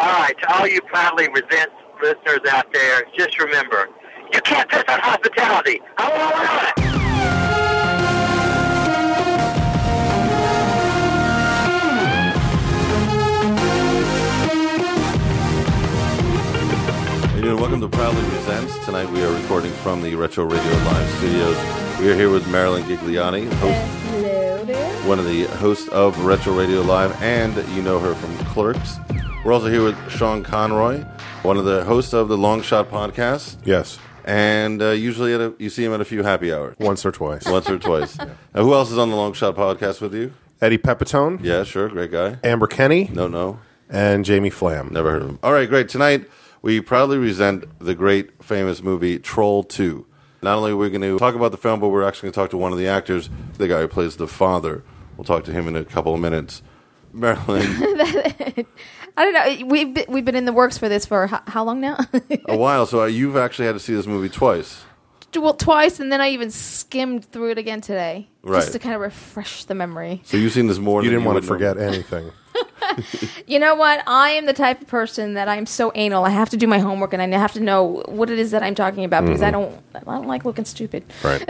right, to all you proudly resent listeners out there, just remember, you can't piss on hospitality. I want it. Hey, dude, welcome to Proudly Resents. Tonight we are recording from the Retro Radio Live Studios. We are here with Marilyn Gigliani, host, Hello there. one of the hosts of Retro Radio Live, and you know her from Clerks. We're also here with Sean Conroy, one of the hosts of the Long Shot podcast, Yes, and uh, usually at a, you see him at a few happy hours, once or twice. once or twice. Now, who else is on the Long Shot podcast with you? Eddie Pepitone, Yeah, sure, great guy. Amber Kenny, No, no, and Jamie Flam. Never heard of him. All right, great. Tonight, we proudly resent the great famous movie Troll 2. Not only are we going to talk about the film, but we're actually going to talk to one of the actors, the guy who plays the father. We'll talk to him in a couple of minutes. Marilyn, I don't know. We've been, we've been in the works for this for how, how long now? a while. So uh, you've actually had to see this movie twice. well, twice, and then I even skimmed through it again today, Right. just to kind of refresh the memory. So you've seen this more You than didn't want to would norm- forget anything. You know what? I am the type of person that I'm so anal. I have to do my homework, and I have to know what it is that I'm talking about because I don't I don't like looking stupid. Right.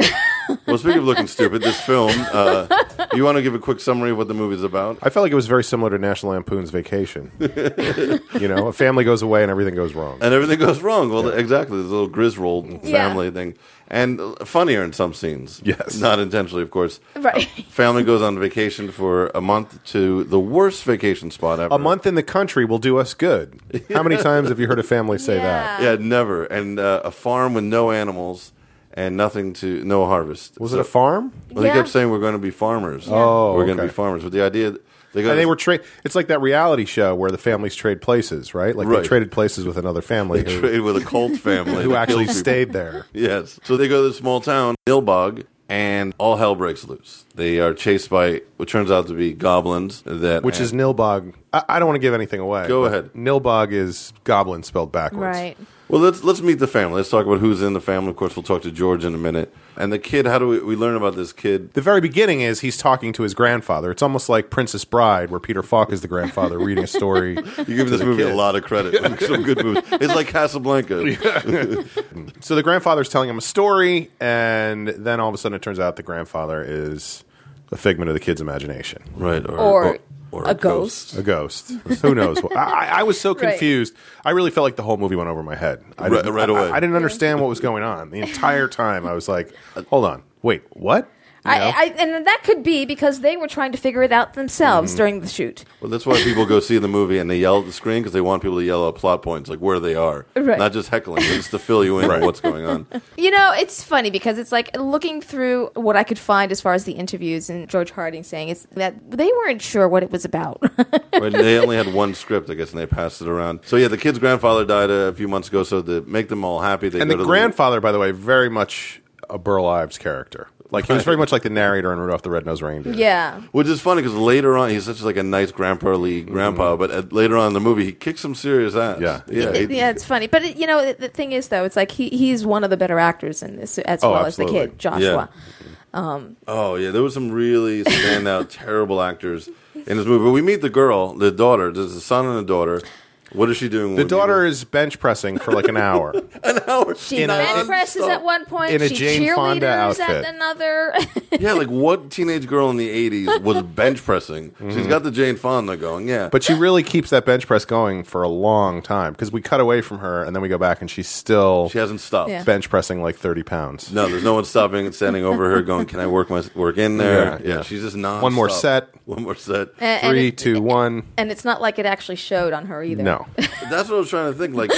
Well, speaking of looking stupid, this film, uh, you want to give a quick summary of what the movie's about? I felt like it was very similar to National Lampoon's Vacation. you know, a family goes away and everything goes wrong. And everything goes wrong. Well, exactly. This little Griswold Yeah. family thing. And uh, funnier in some scenes. Yes. Not intentionally, of course. Right. Family goes on vacation for a month to the worst vacation spot ever. A month in the country will do us good. How many times have you heard a family say that? Yeah, never. And uh, a farm with no animals and nothing to no harvest. Was it a farm? Well, they Yeah. kept saying we're going to be farmers. Oh, we're going to okay. be farmers. But the idea they got And they were trade. It's like that reality show where the families trade places, right? Like Right. they traded places with another family who, trade with a cult family who that actually kills people. stayed there. Yes. So they go to the small town, Nilbog, and all hell breaks loose. They are chased by what turns out to be goblins. That Which is Nilbog. I, I don't want to give anything away. Go but ahead. Nilbog is goblin spelled backwards. Right. Well, let's let's meet the family. Let's talk about who's in the family. Of course, we'll talk to George in a minute. And the kid. How do we, we learn about this kid? the very beginning is he's talking to his grandfather. It's almost like Princess Bride, where Peter Falk is the grandfather reading a story. You give this movie a kid. lot of credit. Some good movies. It's like Casablanca. So the grandfather's telling him a story, and then all of a sudden it turns out the grandfather is a figment of the kid's imagination, Right. Or, Or a a ghost. Who knows? I- I, I was so confused. I really felt like the whole movie went over my head. I Right- didn't- right I- away. I, didn't understand what was going on the entire time. I was like, "Hold on, wait, what?" You know? I, I, and that could be because they were trying to figure it out themselves during the shoot. Well, that's why people go see the movie and they yell at the screen because they want people to yell out plot points, like where they are, Right. not just heckling, but just to fill you in on what's going on. You know, it's funny because it's like looking through what I could find as far as the interviews and George Harding saying it's that they weren't sure what it was about. Right, they only had one script, I guess, and they passed it around. So yeah, the kid's grandfather died uh, a few months ago, so to make them all happy, they and go the to grandfather, by the way, very much a Burl Ives character. Like he was very much like the narrator in Rudolph the Red-Nosed Reindeer. yeah. Which is funny because later on, he's such like a nice grandpa-ly grandpa, but uh, later on in the movie, he kicks some serious ass. Mm-hmm. Yeah. yeah, It- he- yeah, it's funny, but it, you know the, the thing is though, it's like he, he's one of the better actors in this, as Oh, well as the absolutely. kid Joshua. Oh yeah, there was some really standout terrible actors in this movie. But we meet the girl, the daughter. There's a son and a daughter. What is she doing? The daughter is bench pressing for like an hour. She In a- bench in- presses at one point. in a she Jane Fonda cheerleaders outfit. at another. yeah, like what teenage girl in the '80s was bench pressing? She's got the Jane Fonda going. Yeah, Mm-hmm. But she really keeps that bench press going for a long time because we cut away from her and then we go back and she's still she hasn't stopped. Yeah. bench pressing like 30 pounds. No, there's no one stopping and standing over her, going, "Can I work my work in there?" Yeah, Yeah, yeah. she's just non. One more set. One more set. and, and Three, it- two, one. and it's not like it actually showed on her either. No. That's what I was trying to think. Like,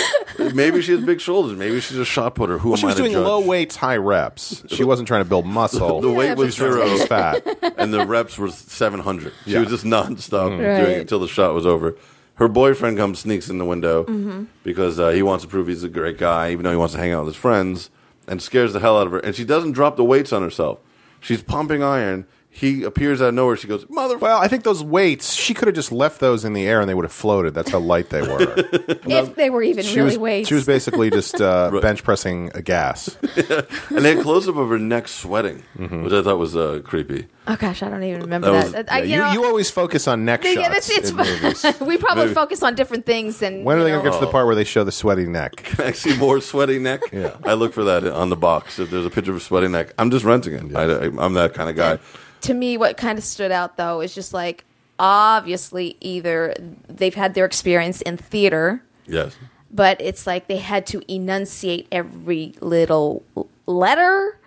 maybe she has big shoulders. Maybe she's a shot putter. Who am She I was to doing judge? low weights, high reps. She wasn't trying to build muscle. The weight Yeah, was but she was zero. She's fat. and the reps were 700. She Yeah. Mm-hmm. was just nonstop doing Right. it until the shot was over. Her boyfriend comes, sneaks in the window Mm-hmm. because uh, he wants to prove he's a great guy, even though he wants to hang out with his friends, and scares the hell out of her. And she doesn't drop the weights on herself. She's pumping iron. He appears out of nowhere. She goes, "Mother." Well, I think those weights, she could have just left those in the air and they would have floated. That's how light they were. if they were even she, really was, weights. she was basically just uh, bench pressing a gas. Uh, And they had close up of her neck sweating, Mm-hmm. which I thought was uh, creepy. oh gosh, I don't even remember That that. was- That- I, Yeah, you, know, you always focus on neck yeah, shots. that's- in it's- movies. we probably Maybe- focus on different things than When are you they going to know- get to Oh. the part where they show the sweaty neck? I see more sweaty neck. Yeah. I look for that on the box. If there's a picture of a sweaty neck, I'm just renting it. I, am that kind of guy. to me, what kind of stood out though is just like obviously either they've had their experience in theater, Yes. but it's like they had to enunciate every little l- letter,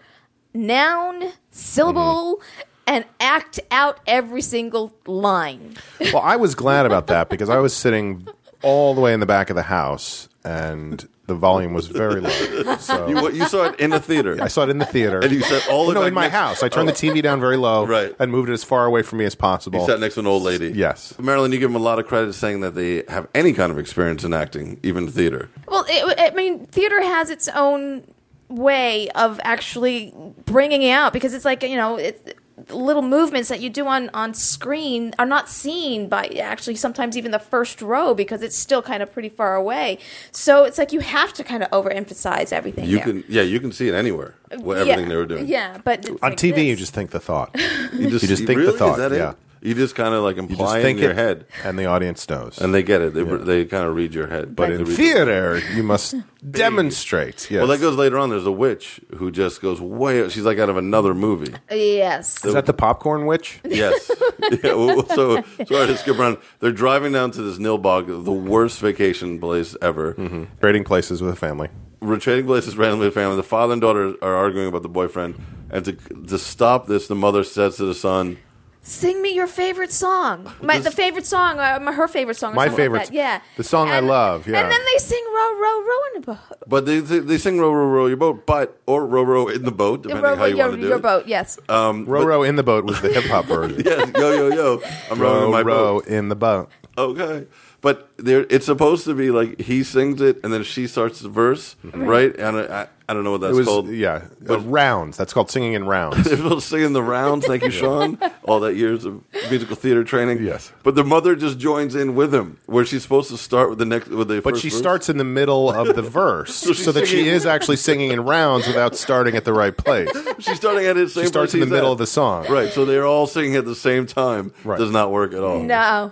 noun, syllable, and act out every single line. Well, I was glad about that because I was sitting all the way in the back of the house and the volume was very low. So You, what, you saw it in the theater. I saw it in the theater. And you said all the no, in time my next- Oh. house. I turned the TV down very low Right. and moved it as far away from me as possible. You sat next to an old lady. Yes. Marilyn, you give them a lot of credit saying that they have any kind of experience in acting, even theater. Well, it, I mean, theater has its own way of actually bringing it out because it's like you know, it, little movements that you do on on screen are not seen by actually sometimes even the first row because it's still kind of pretty far away. So it's like you have to kind of overemphasize everything. You there. can, yeah, you can see it anywhere. What, Yeah. everything they were doing. Yeah, but it's On like TV, this. you just think the thought. You you just, just think the really? Is thought, that it? yeah. You just kind of like just imply think in your it, head, and the audience knows. and they get it. They, they kind of read your head. But They in read- theater, you must demonstrate. Yes. well, that goes later on. There's a witch who just goes way. She's like out of another movie. yes. Is that the popcorn witch? Yes. yeah, well, so sorry to skip around. They're driving down to this Nilbog, the worst vacation place ever. Trading places with a family. We're trading places randomly with family. The father and daughter are arguing about the boyfriend, and to to stop this, the mother says to the son, Sing me your favorite song. My the This- favorite song, uh, my- her favorite song. Or My something favorite- Like that. Yeah. the song I And- love, yeah. And then they sing row, row, row in a boat. "But they they, they sing row row row your boat, but or row row in the boat, depending row, how you your, want to do it." your Um, boat. Yes. Row, row in the boat was the hip hop version. Yes, yo yo yo, I'm rowing Row, in my boat. row in the boat. Okay. But there, it's supposed to be like he sings it and then she starts the verse, right? And I, I, I don't know what that's It was called. yeah, uh, rounds. That's called singing in rounds. They're supposed to sing in the rounds. Thank you, Sean. All that years of musical theater training. Yes. But the mother just joins in with him, where she's supposed to start with the next with the. But first she verse. starts in the middle of the verse, so, she's that she singing- is actually singing in rounds without starting at the right place. She's starting at it. She starts in the middle of the song. Right. So they're all singing at the same time. Right. Does not work at all. no.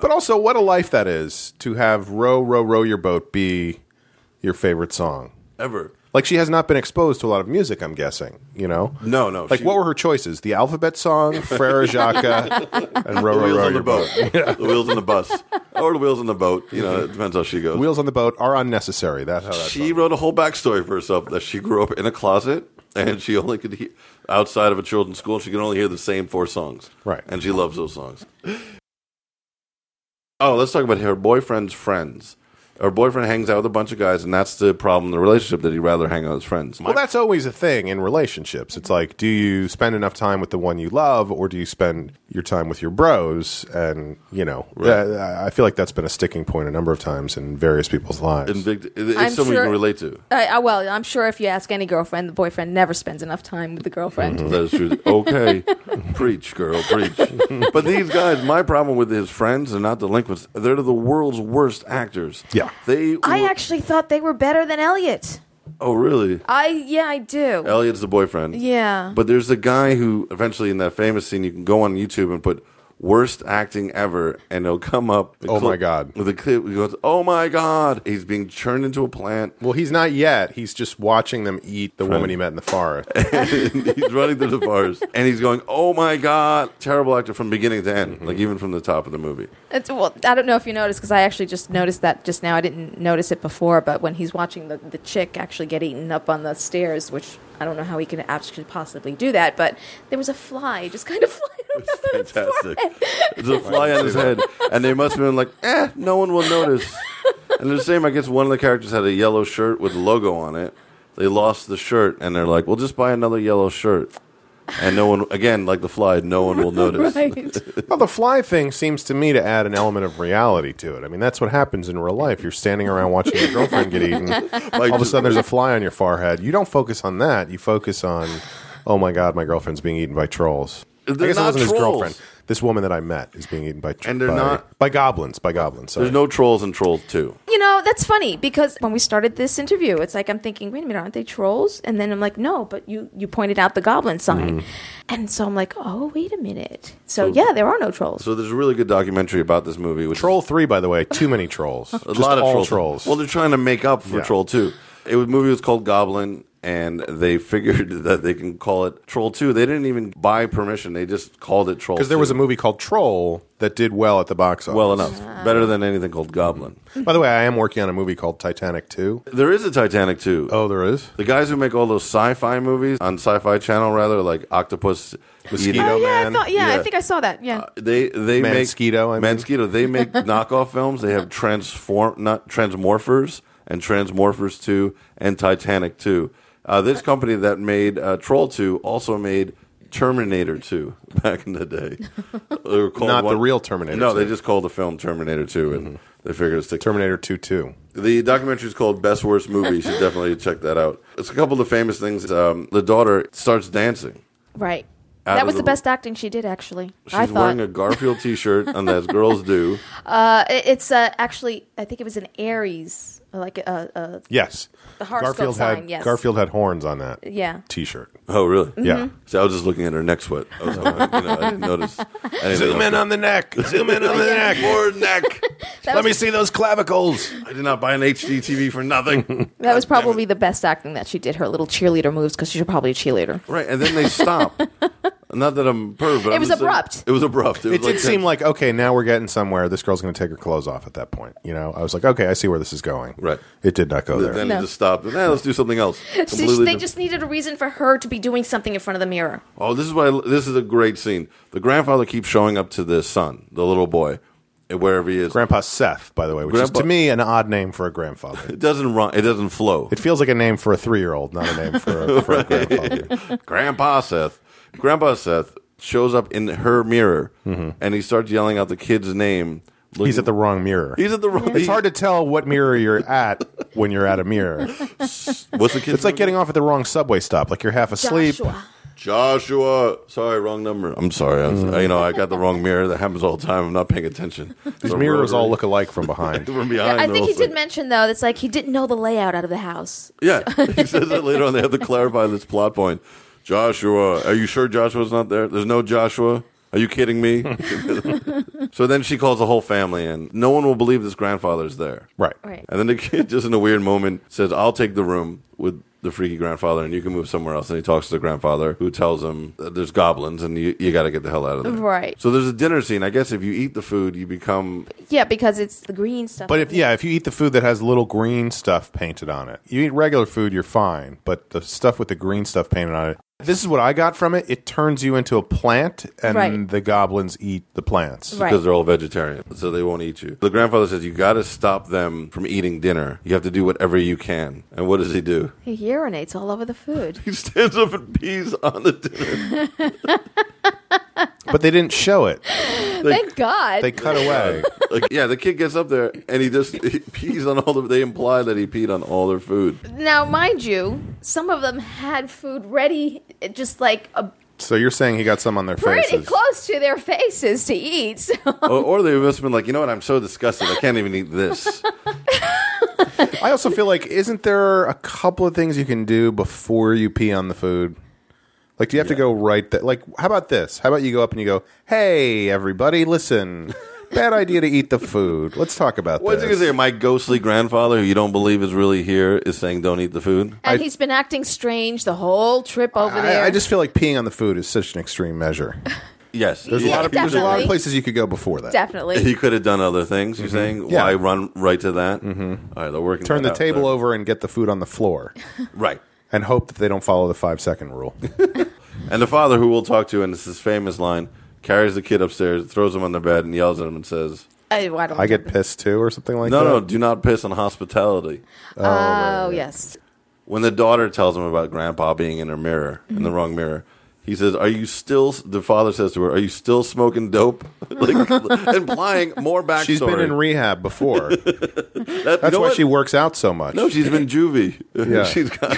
But also, what a life that is to have "Row, row, row your boat" be your favorite song. Ever. Like she has not been exposed to a lot of music, I'm guessing. You know, No, no, Like Oh, she- what were her choices? The alphabet song, Frere Jacques, and row, The row, wheels row on the your boat. boat. the wheels on the bus. Or the wheels on the boat. You know, it depends how she goes. Wheels on the boat are unnecessary. That's how that's. she wrote a whole backstory for herself that she grew up in a closet and she only could hear outside of a children's school she could only hear the same four songs Right. and she loves those songs oh let's talk about her boyfriend's friends her boyfriend hangs out with a bunch of guys and that's the problem in the relationship that he'd rather hang out with his friends Well, that's always a thing in relationships. It's like, do you spend enough time with the one you love, or do you spend your time with your bros? And you know, uh, I feel like that's been a sticking point a number of times in various people's lives. And big- it- it's I'm something you sure- can relate to I, I, well, I'm sure if you ask any girlfriend, the boyfriend never spends enough time with the girlfriend. That is true. Okay, preach, girl, preach. But these guys, my problem with his friends are not delinquents. They're the world's worst actors. Yeah. they. I were- actually thought they were better than Elliot. Oh, really? I yeah, I do. Elliot's the boyfriend. Yeah. But there's a guy who eventually in that famous scene you can go on YouTube and put worst acting ever and it'll come up Oh my God. With a clip he goes, Oh my god. He's being churned into a plant. well, he's not yet. He's just watching them eat the woman Friend. he met in the forest. he's running through the bars and he's going, Oh my god. Terrible actor from beginning to end. Mm-hmm. Like even from the top of the movie. It's, well, I don't know if you noticed because I actually just noticed that just now. I didn't notice it before, but when he's watching the, the chick actually get eaten up on the stairs, which I don't know how he can actually possibly do that, but there was a fly just kind of flying around. his Fantastic. forehead. There's a fly on his head. And they must have been like, eh, no one will notice. And the same, I guess one of the characters had a yellow shirt with a logo on it. They lost the shirt and they're like, We'll just buy another yellow shirt. And no one again, like the fly, no one will notice. Right. Well, the fly thing seems to me to add an element of reality to it. I mean, that's what happens in real life. You're standing around watching your girlfriend get eaten. All of a sudden, there's a fly on your forehead. You don't focus on that. You focus on, oh my God, my girlfriend's being eaten by trolls. They're I guess it not wasn't his trolls. girlfriend. This woman that I met is being eaten by tr- And they're by, not- by goblins. By goblins. Sorry. There's no trolls in Trolls 2. You know, that's funny because when we started this interview, it's like I'm thinking, wait a minute, aren't they trolls? And then I'm like, no, but you you pointed out the goblin sign, Mm-hmm. and so I'm like, oh, wait a minute. So yeah, there are no trolls. So there's a really good documentary about this movie. Which Troll three, by the way, too many trolls. a lot of all trolls. trolls. Well, they're trying to make up for Yeah. Troll Two. It was movie was called Goblin, and they figured that they can call it Troll Two. They didn't even buy permission; they just called it Troll. because there was a 2. movie called Troll that did well at the box office. well enough, better than anything called Goblin. By the way, I am working on a movie called Titanic Two. There is a Titanic Two. Oh, there is. The guys who make all those sci-fi movies on Sci-Fi Channel, rather like Octopus, Mosquito. Eating- oh yeah, man. I thought yeah, Yeah. Uh, I think I saw that. Yeah, They they Mansquito, I make mean. Mansquito. They make knockoff films. They have transform not Transmorphers and Transmorphers Two and Titanic Two. Uh, this company that made uh, Troll Two also made Terminator Two back in the day. They were called Not the real Terminator Mm-hmm. No, they 2. just called the film Terminator Two, and they figured it's the Terminator Two Two. the documentary is called Best Worst Movie. You should definitely check that out. It's a couple of the famous things. Um, the daughter starts dancing. right. Out that of was the- the best acting she did, actually. I She's thought wearing a Garfield T-shirt, and as girls do. uh, it- it's uh, actually I think it was an Aries, like uh, a, a, a Yes. The horoscope Garfield sign, had yes. Mm-hmm. Garfield had horns on that yeah. T-shirt. Oh, really? Yeah. So I was just looking at her neck sweat. I was like, you know, I didn't notice. Zoom in on the neck. Zoom in on the neck. more neck. Let me see those clavicles. I did not buy an HD TV for nothing. That was probably the best acting that she did. Her little cheerleader moves because she's probably a cheerleader. right, and then they stop. Not that I'm perv, but It I'm was just saying- abrupt. it was abrupt. It, It was did seem like okay, now we're getting somewhere. This girl's going to take her clothes off at that point. You know, I was like, okay, I see where this is going. Right. It did not go there. Then it No. just stopped. And, eh, let's do something else. She- Completely they di- just needed a reason for her to be doing something in front of the mirror. Oh, this is why this is a great scene. The grandfather keeps showing up to the son, the little boy, wherever he is. Grandpa Seth, by the way, which Grandpa- is to me an odd name for a grandfather. it doesn't run. It doesn't flow. It feels like a name for a three-year-old, not a name for a, for a grandfather. Grandpa Seth. Grandpa Seth shows up in her mirror, and he starts yelling out the kid's name. Mm-hmm. He's looking- at the wrong mirror. He's at the wrong. It's hard to tell what mirror you're at when you're at a mirror. What's the kid? It's like getting off at the wrong subway stop. Like you're half asleep. Joshua. Joshua. Sorry, wrong number. I'm sorry. I was, Mm. You know, I got the wrong mirror. That happens all the time. I'm not paying attention. These The mirrors all look alike from behind. from behind. I they're think all he did like- mention though that's like he didn't know the layout out of the house. Yeah, he says that later on. They have to clarify this plot point. Joshua, are you sure Joshua's not there? There's no Joshua. Are you kidding me? so then she calls the whole family in. No one will believe this grandfather's there. Right. Right. And then the kid, just in a weird moment, says, I'll take the room with the freaky grandfather and you can move somewhere else. And he talks to the grandfather who tells him that there's goblins and you, you got to get the hell out of there. Right. So there's a dinner scene. I guess if you eat the food, you become. Yeah, because it's the green stuff. But if yeah, if you eat the food that has little green stuff painted on it, you eat regular food, you're fine. But the stuff with the green stuff painted on it, this is what I got from it. It turns you into a plant, and Right. the goblins eat the plants. Right. Because they're all vegetarian, so they won't eat you. The grandfather says, You got to stop them from eating dinner. You have to do whatever you can. And what does he do? he urinates all over the food. He stands up and pees on the dinner. But they didn't show it. Thank God. They cut away. Like, yeah, the kid gets up there and he just he pees on all the. They imply that he peed on all their food. now, mind you, some of them had food ready, it just like a so you're saying he got some on their pretty faces? close to their faces to eat. So or, or they must have been like, you know what? I'm so disgusted. I can't even eat this. I also feel like isn't there a couple of things you can do before you pee on the food? Like, do you have to go right there? Like, how about this? How about you go up and you go, "Hey, everybody, listen." Bad idea to eat the food. Let's talk about What's he this. gonna say? My ghostly grandfather, who you don't believe is really here, is saying don't eat the food. and he's been acting strange the whole trip over there. I, I just feel like peeing on the food is such an extreme measure. Yes, There's a lot of there's a lot of Definitely. places you could go before that. definitely. He could have done other things. You're saying Yeah. why run right to that? Mm-hmm. All right, they're working. Turn that the out table there. over and get the food on the floor, Right, and hope that they don't follow the five second rule. and the father, who we'll talk to, and it's his famous line, carries the kid upstairs, throws him on the bed, and yells at him and says, I, well, I don't I get pissed too, or something like "No, that. no, do not piss on hospitality." Oh yes. When the daughter tells him about grandpa being in her mirror in the wrong mirror, He says, "Are you still?" The father says to her, "Are you still smoking dope?" like, implying more backstory. She's been in rehab before. That- you That's know why what? she works out so much. No, she's been juvie. Yeah. she's got.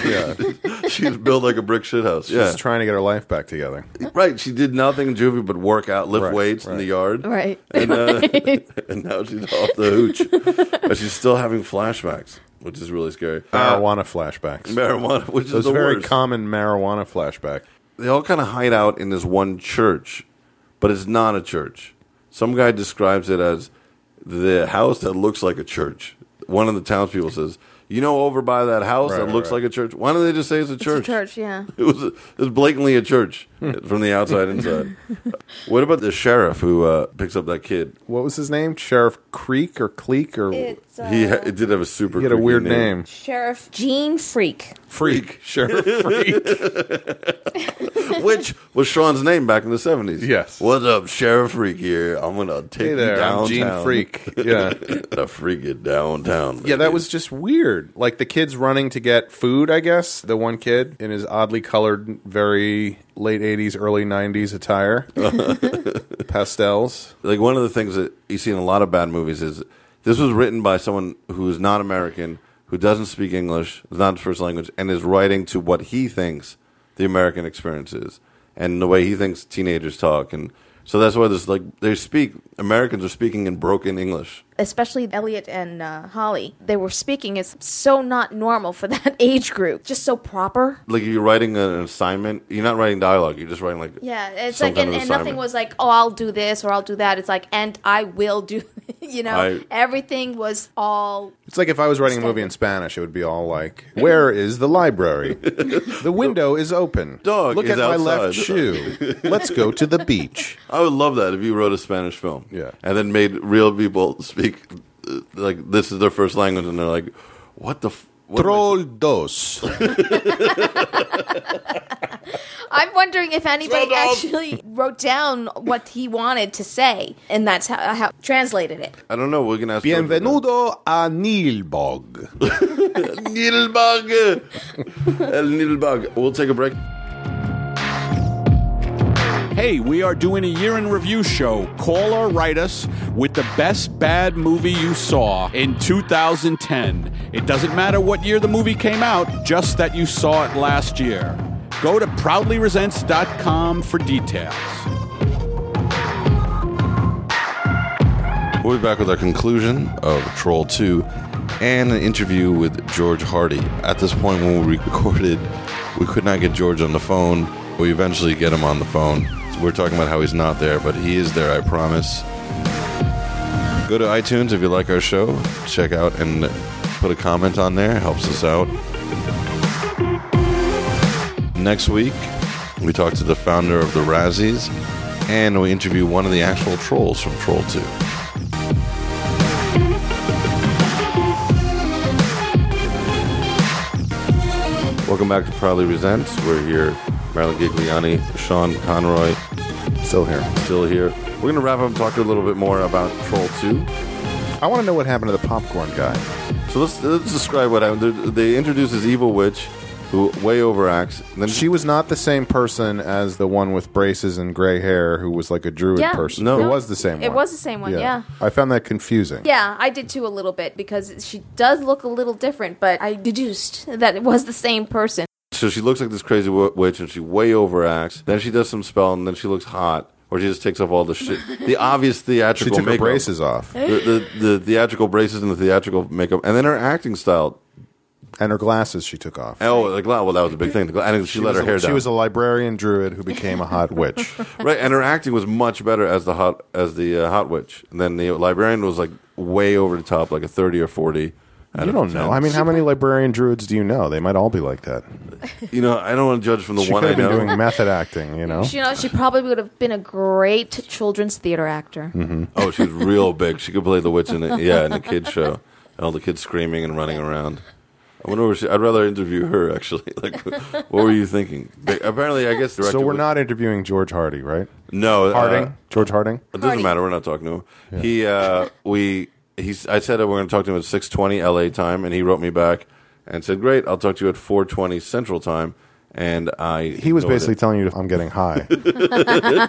she's built like a brick shit house. yeah, She's trying to get her life back together. right. She did nothing in juvie but work out, lift Right, weights in right. the yard, Right. and, uh, and now she's off the hooch, but she's still having flashbacks, which is really scary. Uh, Marijuana flashbacks. marijuana, which is Those the very worst. common marijuana flashback. they all kind of hide out in this one church, but it's not a church. Some guy describes it as the house that looks like a church. One of the townspeople says, "You know, over by that house Right, that right, looks right. like a church. Why don't they just say it's a church? It's a church, yeah. It was it was blatantly a church Hmm. from the outside inside. what about the sheriff who uh, picks up that kid? What was his name? Sheriff Creek or Cleek or It's uh, He ha- it did have a super. he had a creepy weird name. Sheriff Gene Freak. Freak. Sheriff Freak. which was Sean's name back in the seventies. Yes. What's up, Sheriff Freak? Here, I'm gonna take hey you there, downtown. I'm Gene Freak. Yeah. the freak it downtown. Yeah, baby. that was just weird. Like the kid's running to get food, I guess. The one kid in his oddly colored, very late '80s, early '90s attire, pastels. like one of the things that you see in a lot of bad movies is this was written by someone who is not American, who doesn't speak English, is not his first language, and is writing to what he thinks the American experience is and the way he thinks teenagers talk, and so that's why this like they speak Americans are speaking in broken English. Especially Elliot and uh, Holly. They were speaking. It's so not normal for that age group. Just so proper. Like you're writing an assignment, you're not writing dialogue. You're just writing like Yeah, it's some like, kind and, of and nothing assignment. was like, oh, I'll do this or I'll do that. It's like, and I will do, you know, I- everything was all It's like if I was writing a movie in Spanish, it would be all like, "Where is the library? The window is open. Dog look is at my left outside." shoe. Let's go to the beach." I would love that if you wrote a Spanish film. Yeah. And then made real people speak, uh, like, this is their first language, and they're like, what the f- what am I- Troll dos. I'm wondering if anybody Slow down. actually wrote down what he wanted to say, and that's how, how translated it. I don't know. We're gonna ask. George about that. Bienvenudo a Nilbog. Nilbag. El Nilbag. We'll take a break. Hey, we are doing a year in review show. Call or write us with the best bad movie you saw in 2010. It doesn't matter what year the movie came out, just that you saw it last year. Go to proudlyresents.com for details. We'll be back with our conclusion of Troll 2 and an interview with George Hardy. At this point, when we recorded, we could not get George on the phone. We eventually get him on the phone. So we're talking about how he's not there, but he is there, I promise. Go to iTunes if you like our show. Check out and put a comment on there. It Helps us out. Next week, we talk to the founder of the Razzies and we interview one of the actual trolls from Troll 2. Welcome back to Proudly Resents. We're here, Marilyn Gigliani, Sean Conroy, Still here. still here. We're going to wrap up and talk a little bit more about Troll 2. I want to know what happened to the popcorn guy. So let's, let's describe what happened. They they introduce this evil witch who way overacts. And then She was not the same person as the one with braces and gray hair who was like a druid Yeah. person. No. it was the same one. It was the same one, yeah. I found that confusing. Yeah, I did too a little bit because she does look a little different, but I deduced that it was the same person. So she looks like this crazy w- witch, and she way overacts. Then she does some spell, and then she looks hot, or she just takes off all the shit, the obvious She theatrical took her makeup. braces off the, the, the theatrical braces and the theatrical makeup, and then her acting style. and her glasses she took off. Oh, like well, that was a big thing. And she, let was her a- hair She down. was a librarian druid who became a hot witch. right, and her acting was much better as the hot as the uh, hot witch. And then the librarian was like way over the top, like a thirty or forty. out you of don't 10. know. I mean, how many librarian druids do you know? They might all be like that. you know, I don't want to judge from the She one could I have been know. doing method acting, you know? She, you know, she probably would have been a great children's theater actor. Mm-hmm. Oh, she was real big. She could play the witch in it. Yeah, in a kids show, and all the kids screaming and running around. I wonder where she. I'd rather interview her actually. Like, what were you thinking? They, apparently, I guess. Director So we're would- not interviewing George Hardy, right? No, uh, Harding? George Harding? It doesn't Party. matter. We're not talking to him. He, uh, we, he's. I said that we're going to talk to him at six twenty L.A. time, and he wrote me back and said, "Great, I'll talk to you at four twenty Central time." and I He ignored was it. basically telling you, "I'm getting high."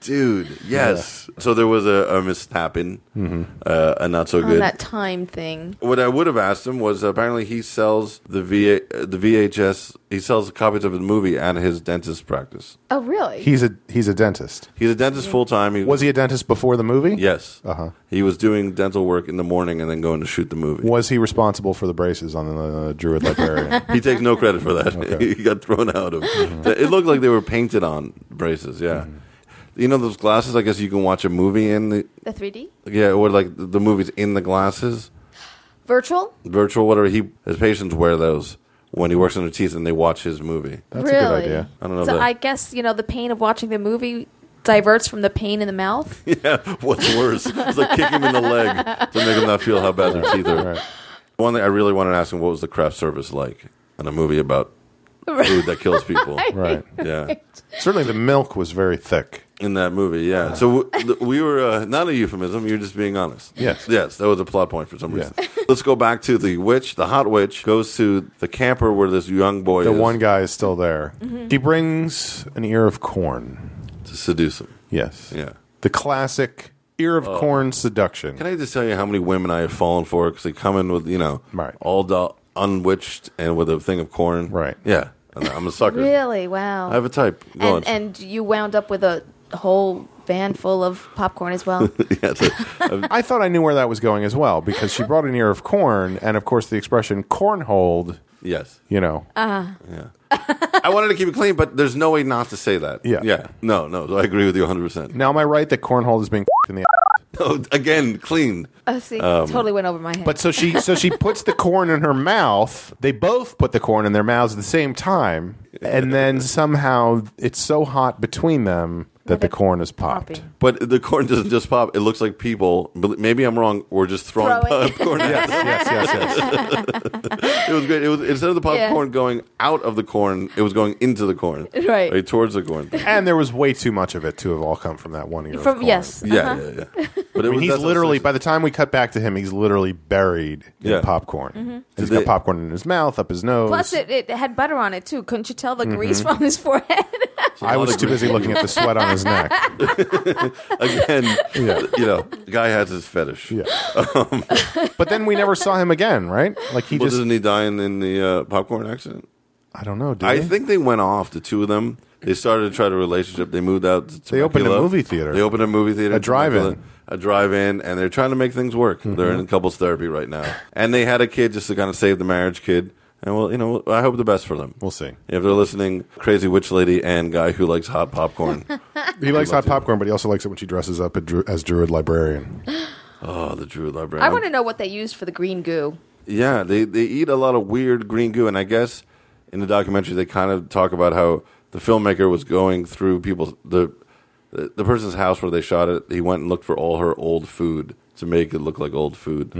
dude. Yes. So there was a, a mishappen, Mm-hmm. uh, a not so on good. that time thing. what I would have asked him was apparently he sells the VA, uh, the VHS. He sells copies of the movie at his dentist practice. Oh, really? he's a he's a dentist. He's a dentist full time. He Was he a dentist before the movie? Yes. Uh huh. He was doing dental work in the morning and then going to shoot the movie. Was he responsible for the braces on the uh, Druid librarian? He takes no credit for that. he got thrown out of. it looked like they were painted on braces. Yeah. You know those glasses? I guess you can watch a movie in the the 3D yeah, or like the the movies in the glasses. virtual? virtual whatever he his patients wear those when he works on their teeth and they watch his movie That's really? a good idea. I don't know So that- I guess you know the pain of watching the movie diverts from the pain in the mouth. yeah what's worse it's like kick him in the leg to make him not feel how bad their teeth are Right. one thing i really wanted to ask him what was the craft service like in a movie about food that kills people Right. yeah Certainly, the milk was very thick. in that movie Uh-huh. yeah so w- th- we were uh, not a euphemism you're just being honest Yes. yes that was a plot point for some reason Yeah. let's go back to the witch the hot witch goes to the camper where this young boy The is one guy is still there. He brings an ear of corn. to seduce him Yes. yeah Oh. The classic ear of corn seduction. Can I just tell you how many women I have fallen for? Because they come in with you know Right. all the unwitched and with a thing of corn. Right. Yeah. And I'm a sucker. Really? Wow. I have a type. Go on. and and you wound up with a whole van full of popcorn as well. yeah, so- I thought I knew where that was going as well because she brought an ear of corn, and of course the expression "cornholed," yes. you know, I wanted to keep it clean, but there's no way not to say that. Yeah. Yeah. No, no. I agree with you 100%. Now, am I right that cornhole is being in the? No, again, clean. oh, see, totally went over my head. Um, But so she, so she puts the corn in her mouth. They both put the corn in their mouths at the same time, and then somehow it's so hot between them that the corn is popped. Popping. But the corn doesn't just pop. It looks like people, but maybe I'm wrong, were just throwing, Throwing. popcorn at us. Yes, yes, yes. It was great. It was, instead of the Yeah. popcorn going out of the corn, it was going into the corn. Right. Like, towards the corn. and there was way too much of it to have all come from that one ear. of From corn. yes, Uh-huh. Yeah, yeah, yeah. But it I mean, he's that's literally. obsession. By the time we cut back to him, he's literally buried Yeah. in popcorn. And He's Did got they- popcorn in his mouth, up his nose. Mm-hmm. Plus, it, it had butter on it too. Couldn't you tell the grease Mm-hmm. from his forehead? I was too busy looking at the sweat on his neck. again. You know, the guy has his fetish. Yeah. but then we never saw him again, right? Like he Um, Well, just. doesn't he die in, in the uh, popcorn accident? I don't know. Did I he? think they went off the two of them. They started to try to relationship. They moved out. To They opened a Temecula. movie theater. They opened a movie theater. A in Temecula, drive-in. Mm-hmm. A drive-in, and they're trying to make things work. They're in couples therapy right now, and they had a kid just to kind of save the marriage kid. And well, you know, I hope the best for them. We'll see. If they're listening, crazy witch lady and guy who likes hot popcorn. he likes hot popcorn, but he also likes it when she dresses up at Dru- as druid librarian. oh, the Druid Library. I want to know what they used for the green goo. Yeah, they, they eat a lot of weird green goo, and I guess in the documentary they kind of talk about how the filmmaker was going through people's the the the person's house where they shot it. He went and looked for all her old food to make it look like old food.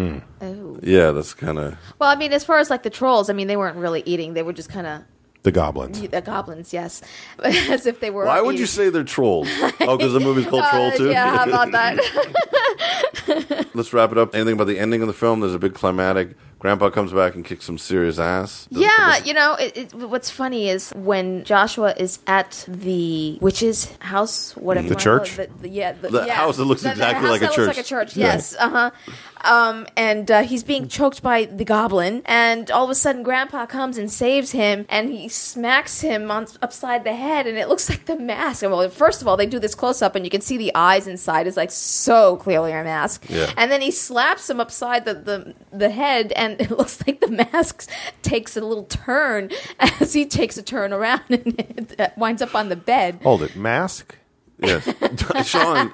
Oh. Yeah, that's kind of Well, I mean, as far as like the trolls, I mean, they weren't really eating. They were just kind of The goblins. the goblins, yes, as if they were. why would you eating. say they're trolls? Oh, because the movie's called Troll Uh, too. Yeah, how about that? Let's wrap it up. Anything about the ending of the film? There's a big climatic. Grandpa comes back and kicks some serious ass. yeah, you know, it, it, what's funny is when Joshua is at the witch's house, whatever The you wanna call church? it, the, the, yeah, the, The yeah, house that looks the- the exactly house like a that looks church. like a church. Yeah. Yes, uh huh. Um, and uh, he's being choked by the goblin, and all of a sudden, Grandpa comes and saves him, and he smacks him on upside the head, and it looks like the mask. And, Well, first of all, they do this close up, and you can see the eyes inside is like so clearly a mask. Yeah. And then he slaps him upside the, the the head, and it looks like the mask takes a little turn as he takes a turn around and it uh, winds up on the bed. Hold it. Mask? yes. Sean,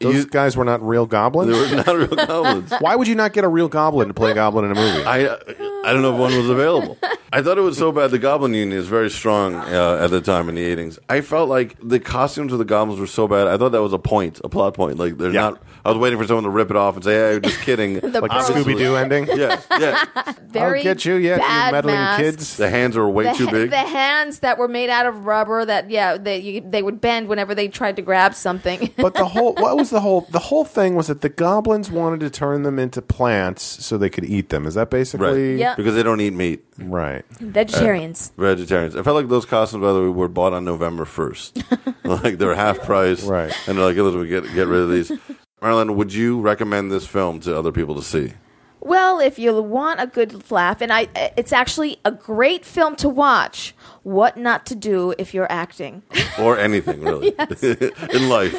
Those You- guys were not real they goblins? were not real goblins. Why would you not get a real goblin to play a goblin in a movie? I uh, I don't know if one was available. I thought it was so bad. The Goblin Union is very strong uh, at the time in the 80s. I felt like the costumes of the goblins were so bad. I thought that was a point, a plot point. Like they're Yeah. not. I was waiting for someone to rip it off and say, "Hey, just kidding." like bros. the Scooby Doo ending? Yeah, yeah. Very I'll get you, yeah, bad you meddling mask. kids. The hands are way The, too ha- big. the hands that were made out of rubber that yeah they you, they would bend whenever they tried to grab something. But the whole what was the whole the whole thing was that the goblins wanted to turn them into plants so they could eat them. Is that right. basically Yeah. Because they don't eat meat. right? right. Vegetarians. Vegetarians. I felt like those costumes, by the way, were bought on November first. like they're half price, Right. And they're like, "Listen, we get get rid of these." Marilyn, would you recommend this film to other people to see? Well, if you want a good laugh, and I, it's actually a great film to watch. What not to do if you're acting? or anything really in life.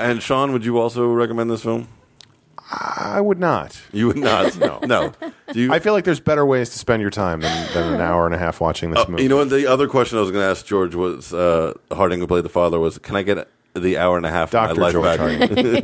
And Sean, would you also recommend this film? I would not. You would not. no, no. Do you? I feel like there's better ways to spend your time than, than an hour and a half watching this movie. Uh, you know what? The other question I was going to ask George was uh, Harding, who played the father, was, "Can I get the hour and a half of Dr. my life George back?"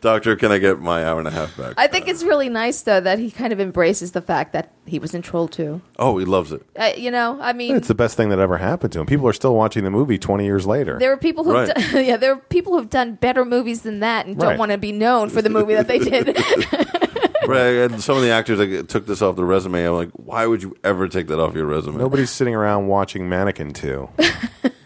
Doctor, can I get my hour and a half back? I think it's really nice though that he kind of embraces the fact that he was in Troll Two. oh, he loves it. Uh, you know, I mean, It's the best thing that ever happened to him. People are still watching the movie 20 years later. There are people who, Right. have done, yeah, there are people who've done better movies than that and Right. don't want to be known for the movie that they did. Right, and some of the actors like, took this off the resume. I'm like, why would you ever take that off your resume? Nobody's sitting around watching Mannequin 2.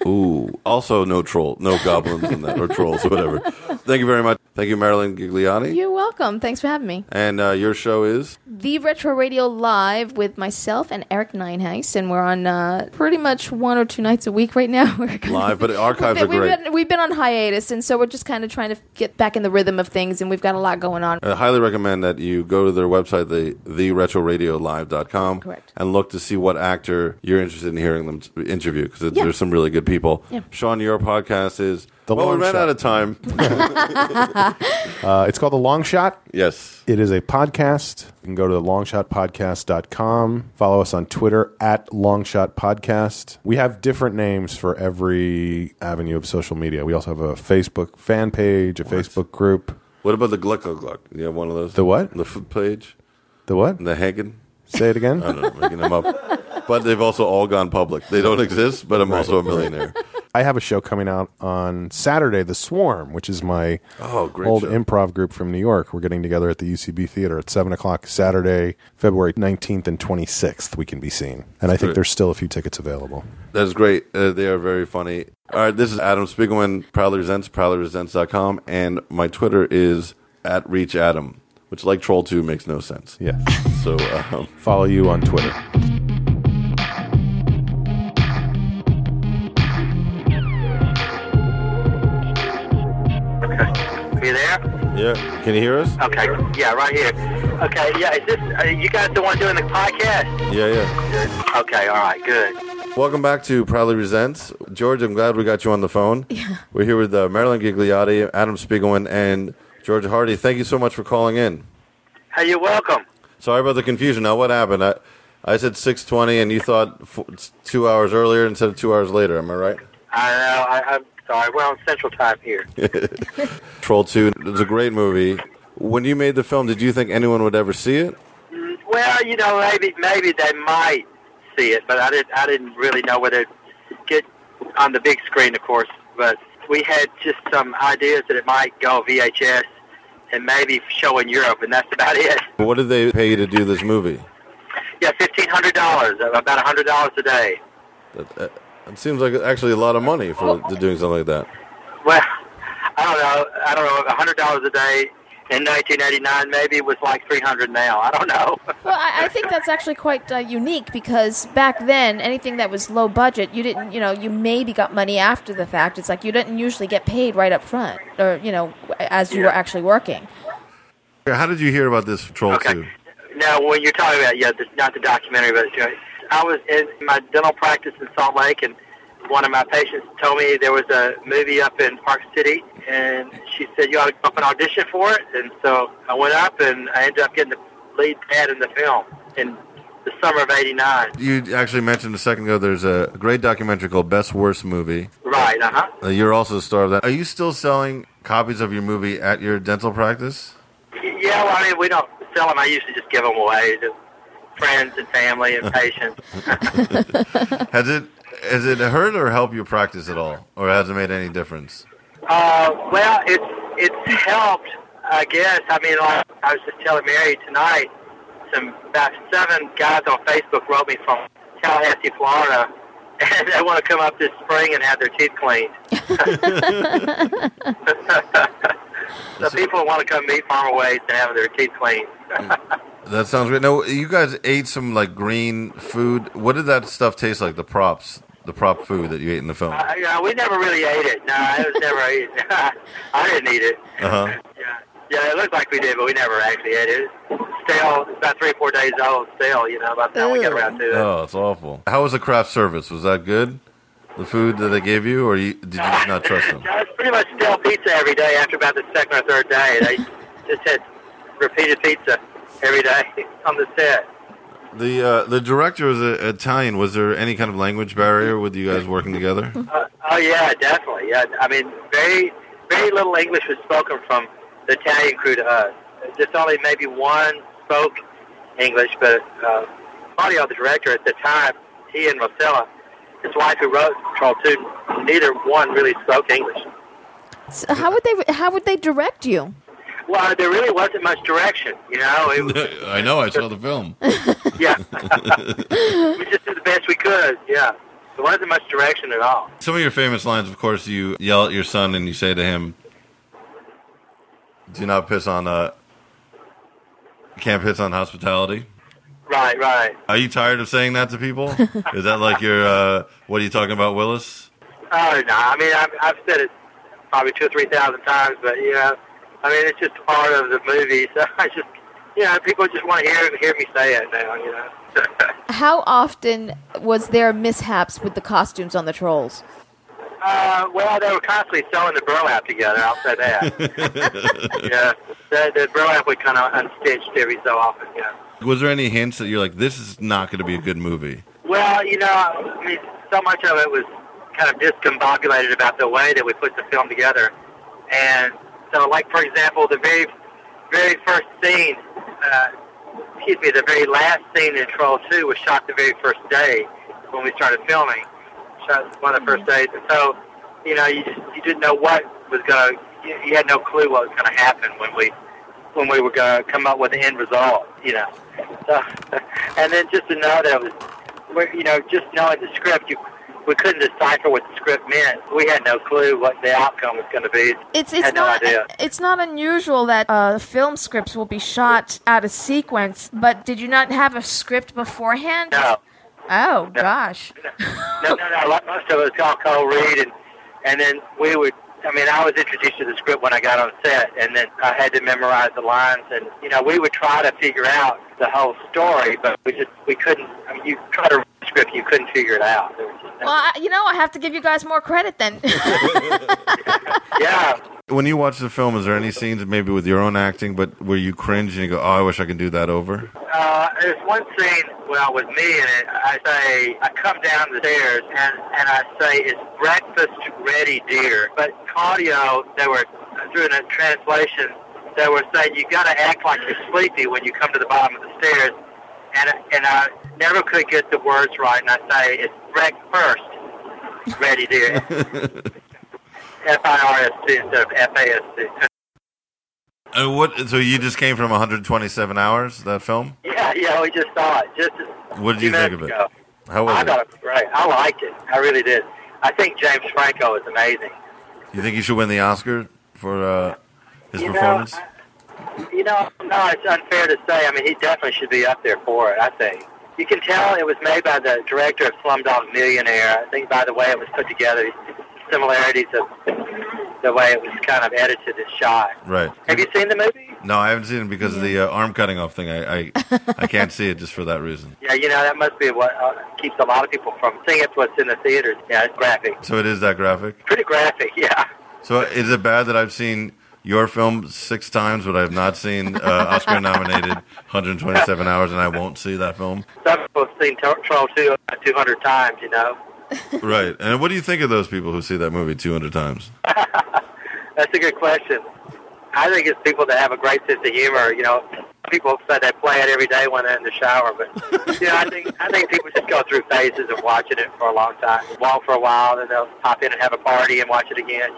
Ooh. Also, no troll, no goblins in that, or trolls, or whatever. Thank you very much. Thank you, Marilyn Gigliani. You're welcome. Thanks for having me. And uh, your show is The Retro Radio Live with myself and Eric Nineheist, and we're on uh, pretty much one or two nights a week right now. We're kind of- live, but archives are we've, great. been, we've been on hiatus, and so we're just kind of trying to get back in the rhythm of things, and we've got a lot going on. I highly recommend that you go to their website, the theretroradiolive.com, Correct. and look to see what actor you're interested in hearing them t- interview because Yeah. there's some really good people. Yeah. Sean, your podcast is The well, we Long ran Shot. out of time. Uh, it's called The Long Shot. yes, It is a podcast. You can go to longshotpodcast.com. Follow us on Twitter at longshotpodcast. We have different names for every avenue of social media. We also have a Facebook fan page, a Facebook group. what about the Glucko Gluck? You have one of those? The what? The food page, The what? the uh, Hagen. Say it again. I don't know, making them up. But they've also all gone public. They don't exist, but I'm also a millionaire. I have a show coming out on Saturday, The Swarm, which is my Oh, great old show. improv group from New York. We're getting together at the UCB Theater at 7 o'clock Saturday, February 19th and 26th. We can be seen. And I think Great. there's still a few tickets available. That's great. Uh, they are very funny. All right, this is Adam Spiegelman, Proudly Resents, ProudlyResents.com, and my Twitter is at ReachAdam, which, like Troll 2, makes no sense. Yeah. So, um, Follow you on Twitter. You there? yeah. Can you hear us? Okay. Yeah, right here. Okay. Yeah. Is this uh, you guys the one doing the podcast? Yeah, yeah. Okay. All right. Good. Welcome back to Proudly Resents. George, I'm glad we got you on the phone. Yeah. We're here with uh, Marilyn Gigliotti, Adam Spiegelman, and George Hardy. Thank you so much for calling in. Hey, you're welcome. Sorry about the confusion. Now, what happened? I, I said 6.20, and you thought f- two hours earlier instead of two hours later. Am I right? I know. I, I'm sorry. We're on Central Time here. Troll 2 is a great movie. When you made the film, did you think anyone would ever see it? well, you know, maybe maybe they might see it, but I didn't. I didn't really know whether to get on the big screen, of course. But we had just some ideas that it might go VHS and maybe show in Europe, and that's about it. What did they pay you to do this movie? Yeah, fifteen hundred dollars, about a hundred dollars a day. That, uh, it seems like actually a lot of money for to doing something like that. Well, I don't know. I don't know. A hundred dollars a day in 1989 maybe was like 300 now. I don't know. Well, I, I think that's actually quite uh, unique because back then, anything that was low budget, you didn't, you know, you maybe got money after the fact. It's like you didn't usually get paid right up front, or you know, as you were actually working. How did you hear about this Troll 2? Now, when you're talking about yeah, this, not the documentary, but you know, I was in my dental practice in Salt Lake, and one of my patients told me there was a movie up in Park City, and she said you ought to go up and audition for it. And so I went up, and I ended up getting the lead pad in the film in the summer of '89. You actually mentioned a second ago there's a great documentary called Best Worst Movie. Right. Uh huh. Uh, you're also a star of that. Are you still selling copies of your movie at your dental practice? Yeah, well, I mean, we don't sell them. I usually just give them away to friends and family and patients. Has it has it hurt or helped your practice at all? Or has it made any difference? Uh, well, it's it's helped, I guess. I mean, like I was just telling Mary tonight, some about seven guys on Facebook wrote me from Tallahassee, Florida, and they want to come up this spring and have their teeth cleaned. So people want to come meet Farmer Waits and have their teeth cleaned. That sounds great. Now you guys ate some like green food. What did that stuff taste like? The props, the prop food that you ate in the film. Uh, yeah, we never really ate it. No, it was never eaten. I didn't eat it. Uh-huh. Yeah. yeah, it looked like we did, but we never actually ate it. It was stale, about three or four days old, stale, you know, by the time we got around to it. Oh, it's awful. How was the craft service? Was that good? The food that they gave you, or you, did you just not trust them? Yeah, it's pretty much stale pizza every day after about the second or third day. They just had repeated pizza every day on the set. The uh, the director was uh, Italian. Was there any kind of language barrier with you guys working together? Uh, oh yeah, definitely. Yeah, I mean, very very little English was spoken from the Italian crew to us. Just only maybe one spoke English, but uh, Claudio, the director at the time, he and Marcella, his wife who wrote Control Two, neither one really spoke English. So how would they? How would they direct you? Well, there really wasn't much direction, you know. It was, I know. I saw the film. yeah, we just did the best we could. Yeah, there wasn't much direction at all. Some of your famous lines, of course, you yell at your son and you say to him, "Do not piss on uh, can't piss on hospitality." Right, right. Are you tired of saying that to people? Is that like your uh, what are you talking about, Willis? Oh no! I mean, I've, I've said it probably two or three thousand times, but you know, I mean, it's just part of the movie. So I just, you know, people just want to hear hear me say it now. You know, How often was there mishaps with the costumes on the trolls? uh, well, they were constantly selling the burlap together. I'll say that. yeah, the, the burlap would kind of unstitched every so often. Yeah. Was there any hints that you're like, this is not going to be a good movie? Well, you know, I mean, so much of it was kind of discombobulated about the way that we put the film together. And so, like, for example, the very, very first scene, uh, excuse me, the very last scene in Troll 2 was shot the very first day when we started filming. Shot one of the first days. And so, you know, you just, you didn't know what was going to, you, you had no clue what was going to happen when we when we were going to come up with the end result, you know. So, and then just to know that it was, we're- you know, just knowing the script, you, we couldn't decipher what the script meant. We had no clue what the outcome was going to be. It's it's had no not idea. it's not unusual that uh, film scripts will be shot out of sequence. But did you not have a script beforehand? No, Oh gosh. no, no, no. Like most of it was all cold read, and and then we would. I mean, I was introduced to the script when I got on set, and then I had to memorize the lines. And you know, we would try to figure out the whole story, but we just we couldn't. I mean, you try to read the script, you couldn't figure it out. There was just no, Well, I, you know, I have to give you guys more credit then. yeah. When you watch the film, is there any scenes maybe with your own acting, but where you cringe and you go, "Oh, I wish I could do that over"? Uh, there's one scene, well, with me in it, I say, I come down the stairs and, and I say, it's breakfast ready, dear. But Claudio, they were, through a translation, they were saying, you got to act like you're sleepy when you come to the bottom of the stairs. And, and I never could get the words right, and I say, it's breakfast ready, dear. F-I-R-S-T instead of F-A-S-T. Uh, what? So you just came from 127 hours that film. yeah, yeah, we just saw it. Just What did you think of it? How was I it? thought it was great. I liked it. I really did. I think James Franco is amazing. You think he should win the Oscar for uh, his You know, performance? I- you know, no, it's unfair to say. I mean, he definitely should be up there for it. I think you can tell it was made by the director of Slumdog Millionaire. I think by the way it was put together, similarities of the way it was kind of edited and shot. right. Have you seen the movie? No, I haven't seen it because of the uh, arm cutting off thing. I I, I can't see it just for that reason. Yeah, you know that must be what uh, keeps a lot of people from seeing it. What's in the theaters? Yeah, it's graphic, So it is that graphic. pretty graphic. Yeah. So is it bad that I've seen your film six times, but I've not seen uh, Oscar nominated 127 hours, and I won't see that film? Some people have seen Tro- Troll 2 about 200 times, you know. Right. And what do you think of those people who see that movie 200 times? That's a good question. I think it's people that have a great sense of humor. You know, people say they play it every day when they're in the shower, but you know, I think I think people just go through phases of watching it for a long time, walk for a while, then they'll pop in and have a party and watch it again.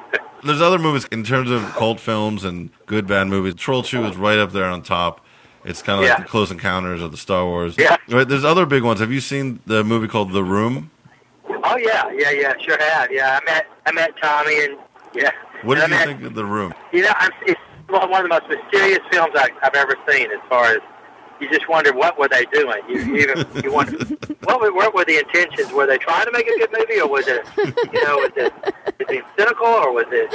There's other movies in terms of cult films and good bad movies. Troll 2 is right up there on top. It's kind of Yeah. like the Close Encounters of the Star Wars. Yeah. Right, there's other big ones. Have you seen the movie called The Room? oh yeah, yeah, yeah, sure have. Yeah, I met I met Tommy and yeah, What did And you I mean, think of the room? You know, I'm, it's one one of the most mysterious films I, I've ever seen. As far as you just wonder what were they doing. You you even you wonder what were, what were the intentions? Were they trying to make a good movie, or was it you know was it was it cynical, or was it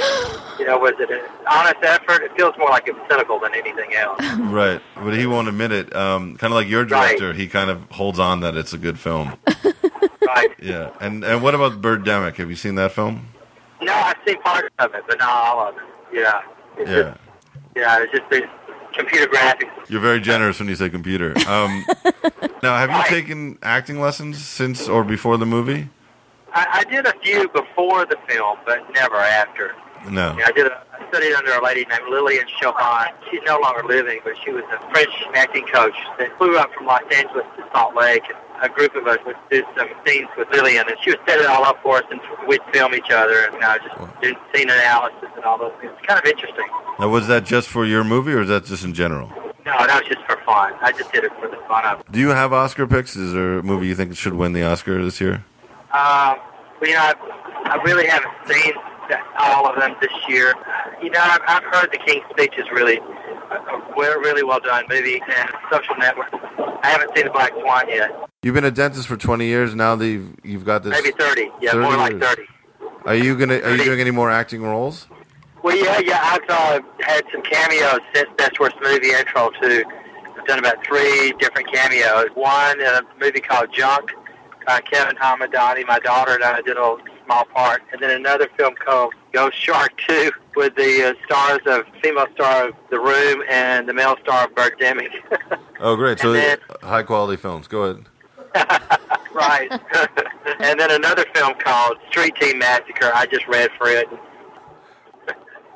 you know was it an honest effort? It feels more like it's cynical than anything else. Right, but he won't admit it. Um, kind of like your Right. director, he kind of holds on that it's a good film. Right? yeah, and and what about Birdemic? Have you seen that film? No, I've seen parts of it, but not all of it. Yeah. It's Yeah, Just, yeah. It's just the computer graphics. you're very generous when you say computer. Um, now, have you Right. taken acting lessons since or before the movie? I, I did a few before the film, but never after. No. Yeah, I did. A, I studied under a lady named Lillian Chopin. She's no longer living, but she was a French acting coach that flew up from Los Angeles to Salt Lake. And a group of us would do some scenes with Lillian, and she would set it all up for us, and we'd film each other, and you know, just doing scene analysis and all those things. It's kind of interesting. Now, was that just for your movie, or is that just in general? No, that was just for fun. I just did it for the fun of it. Do you have Oscar picks? Is there a movie you think should win the Oscar this year? Um, but, you know, I, I really haven't seen that, all of them this year. You know, I've, I've heard The King's Speech is really a, a well- really well done movie and Social Network. I haven't seen The Black Swan yet. You've been a dentist for 20 years. Now that you've, you've got this, Maybe 30. Yeah, more 30 like years. 30. are you gonna are you 30. doing any more acting roles? Well, yeah, yeah. I've uh, had some cameos since Best Worst Movie Intro too. I've done about three different cameos. One in a movie called Junk, uh, Kevin Hamadani, my daughter and I did a small part, and then another film called Ghost Shark Two with the uh, stars of female star of The Room and the male star of Birdemic. Oh, great! So And then- high quality films. Go ahead. right. and then another film called Street Team Massacre. I just read for it.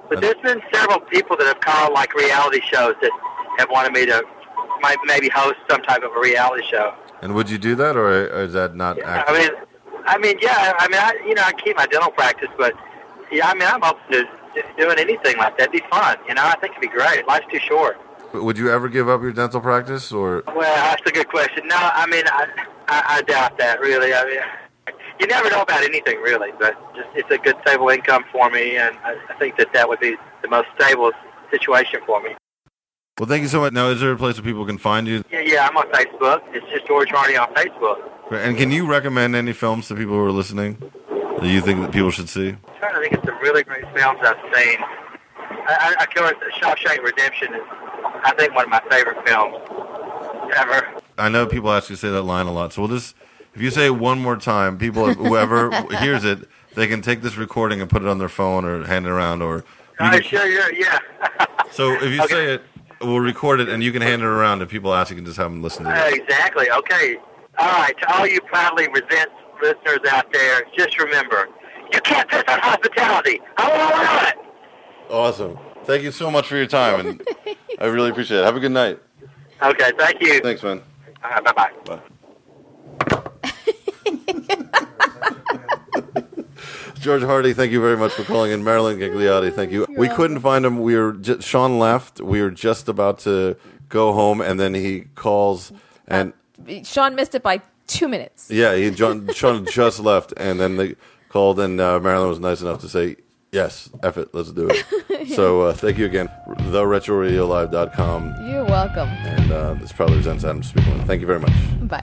But there's been several people that have called like reality shows that have wanted me to might maybe host some type of a reality show. And would you do that, or is that not I acting? mean, I mean, yeah. I mean, I, you know, I keep my dental practice, but yeah, I mean, I'm open to doing anything like that. It'd be fun, you know. I think it'd be great. Life's too short. would you ever give up your dental practice, or Well, that's a good question. No, I mean, I, I, I doubt that really. I mean, you never know about anything really, but just it's a good stable income for me, and I, I think that that would be the most stable situation for me. Well, thank you so much. Now, is there a place where people can find you? Yeah, yeah, I'm on Facebook. It's just George Hardy on Facebook. And can you recommend any films to people who are listening that you think that people should see? I'm trying to think of some really great films I've seen. I, I, I course, Shawshank Redemption is, I think, one of my favorite films ever. I know people ask you to say that line a lot, so we'll just if you say it one more time, people whoever hears it, they can take this recording and put it on their phone or hand it around, or you I can- sure, yeah, yeah. so if you Okay. say it, we'll record it and you can hand it around. If people ask, you can just have them listen to it. Exactly. Okay. All right. To all you proudly resent listeners out there, just remember, you can't piss on hospitality. I won't allow Awesome. Thank you so much for your time, and I really appreciate it. Have a good night. it. Okay. Thank you. Thanks, man. All right. Bye bye. Bye. George Hardy, thank you very much for calling in. Marilyn Gigliotti, thank you. We couldn't find him. We were ju- Sean left. We were just about to go home, and then he calls, and Sean missed it by two minutes. yeah, he John, Sean just left, and then they called, and uh, Marilyn was nice enough to say, "Yes, F it, let's do it." so uh, thank you again, theretroradiolive.com, You're welcome. and uh, this probably presents Adam Spiegelman. Thank you very much. Bye.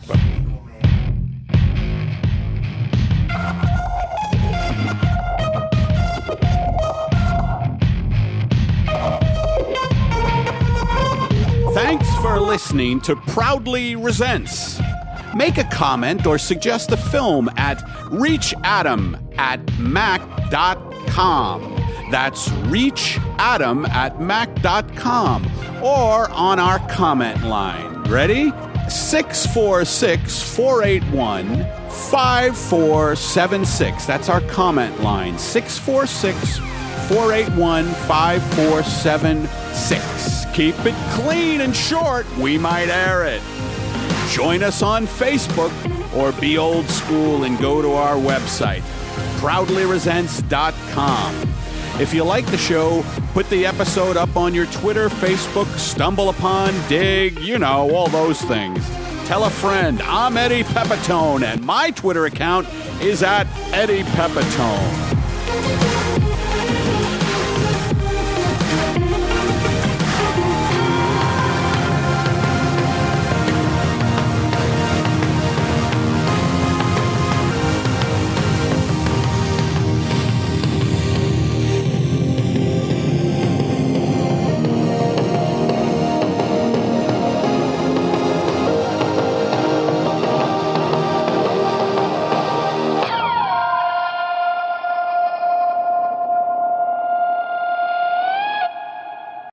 Thanks for listening to Proudly Resents. Make a comment or suggest a film at reachadam at mac.com. That's reachadam at mac.com or on our comment line. Ready? 646 481 5476. That's our comment line. 646 481-5476. Keep it clean and short, we might air it. Join us on Facebook or be old school and go to our website, proudlyresents.com. If you like the show, put the episode up on your Twitter, Facebook, stumble upon, dig, you know, all those things. Tell a friend, I'm Eddie Pepitone, and my Twitter account is at Eddie Pepitone.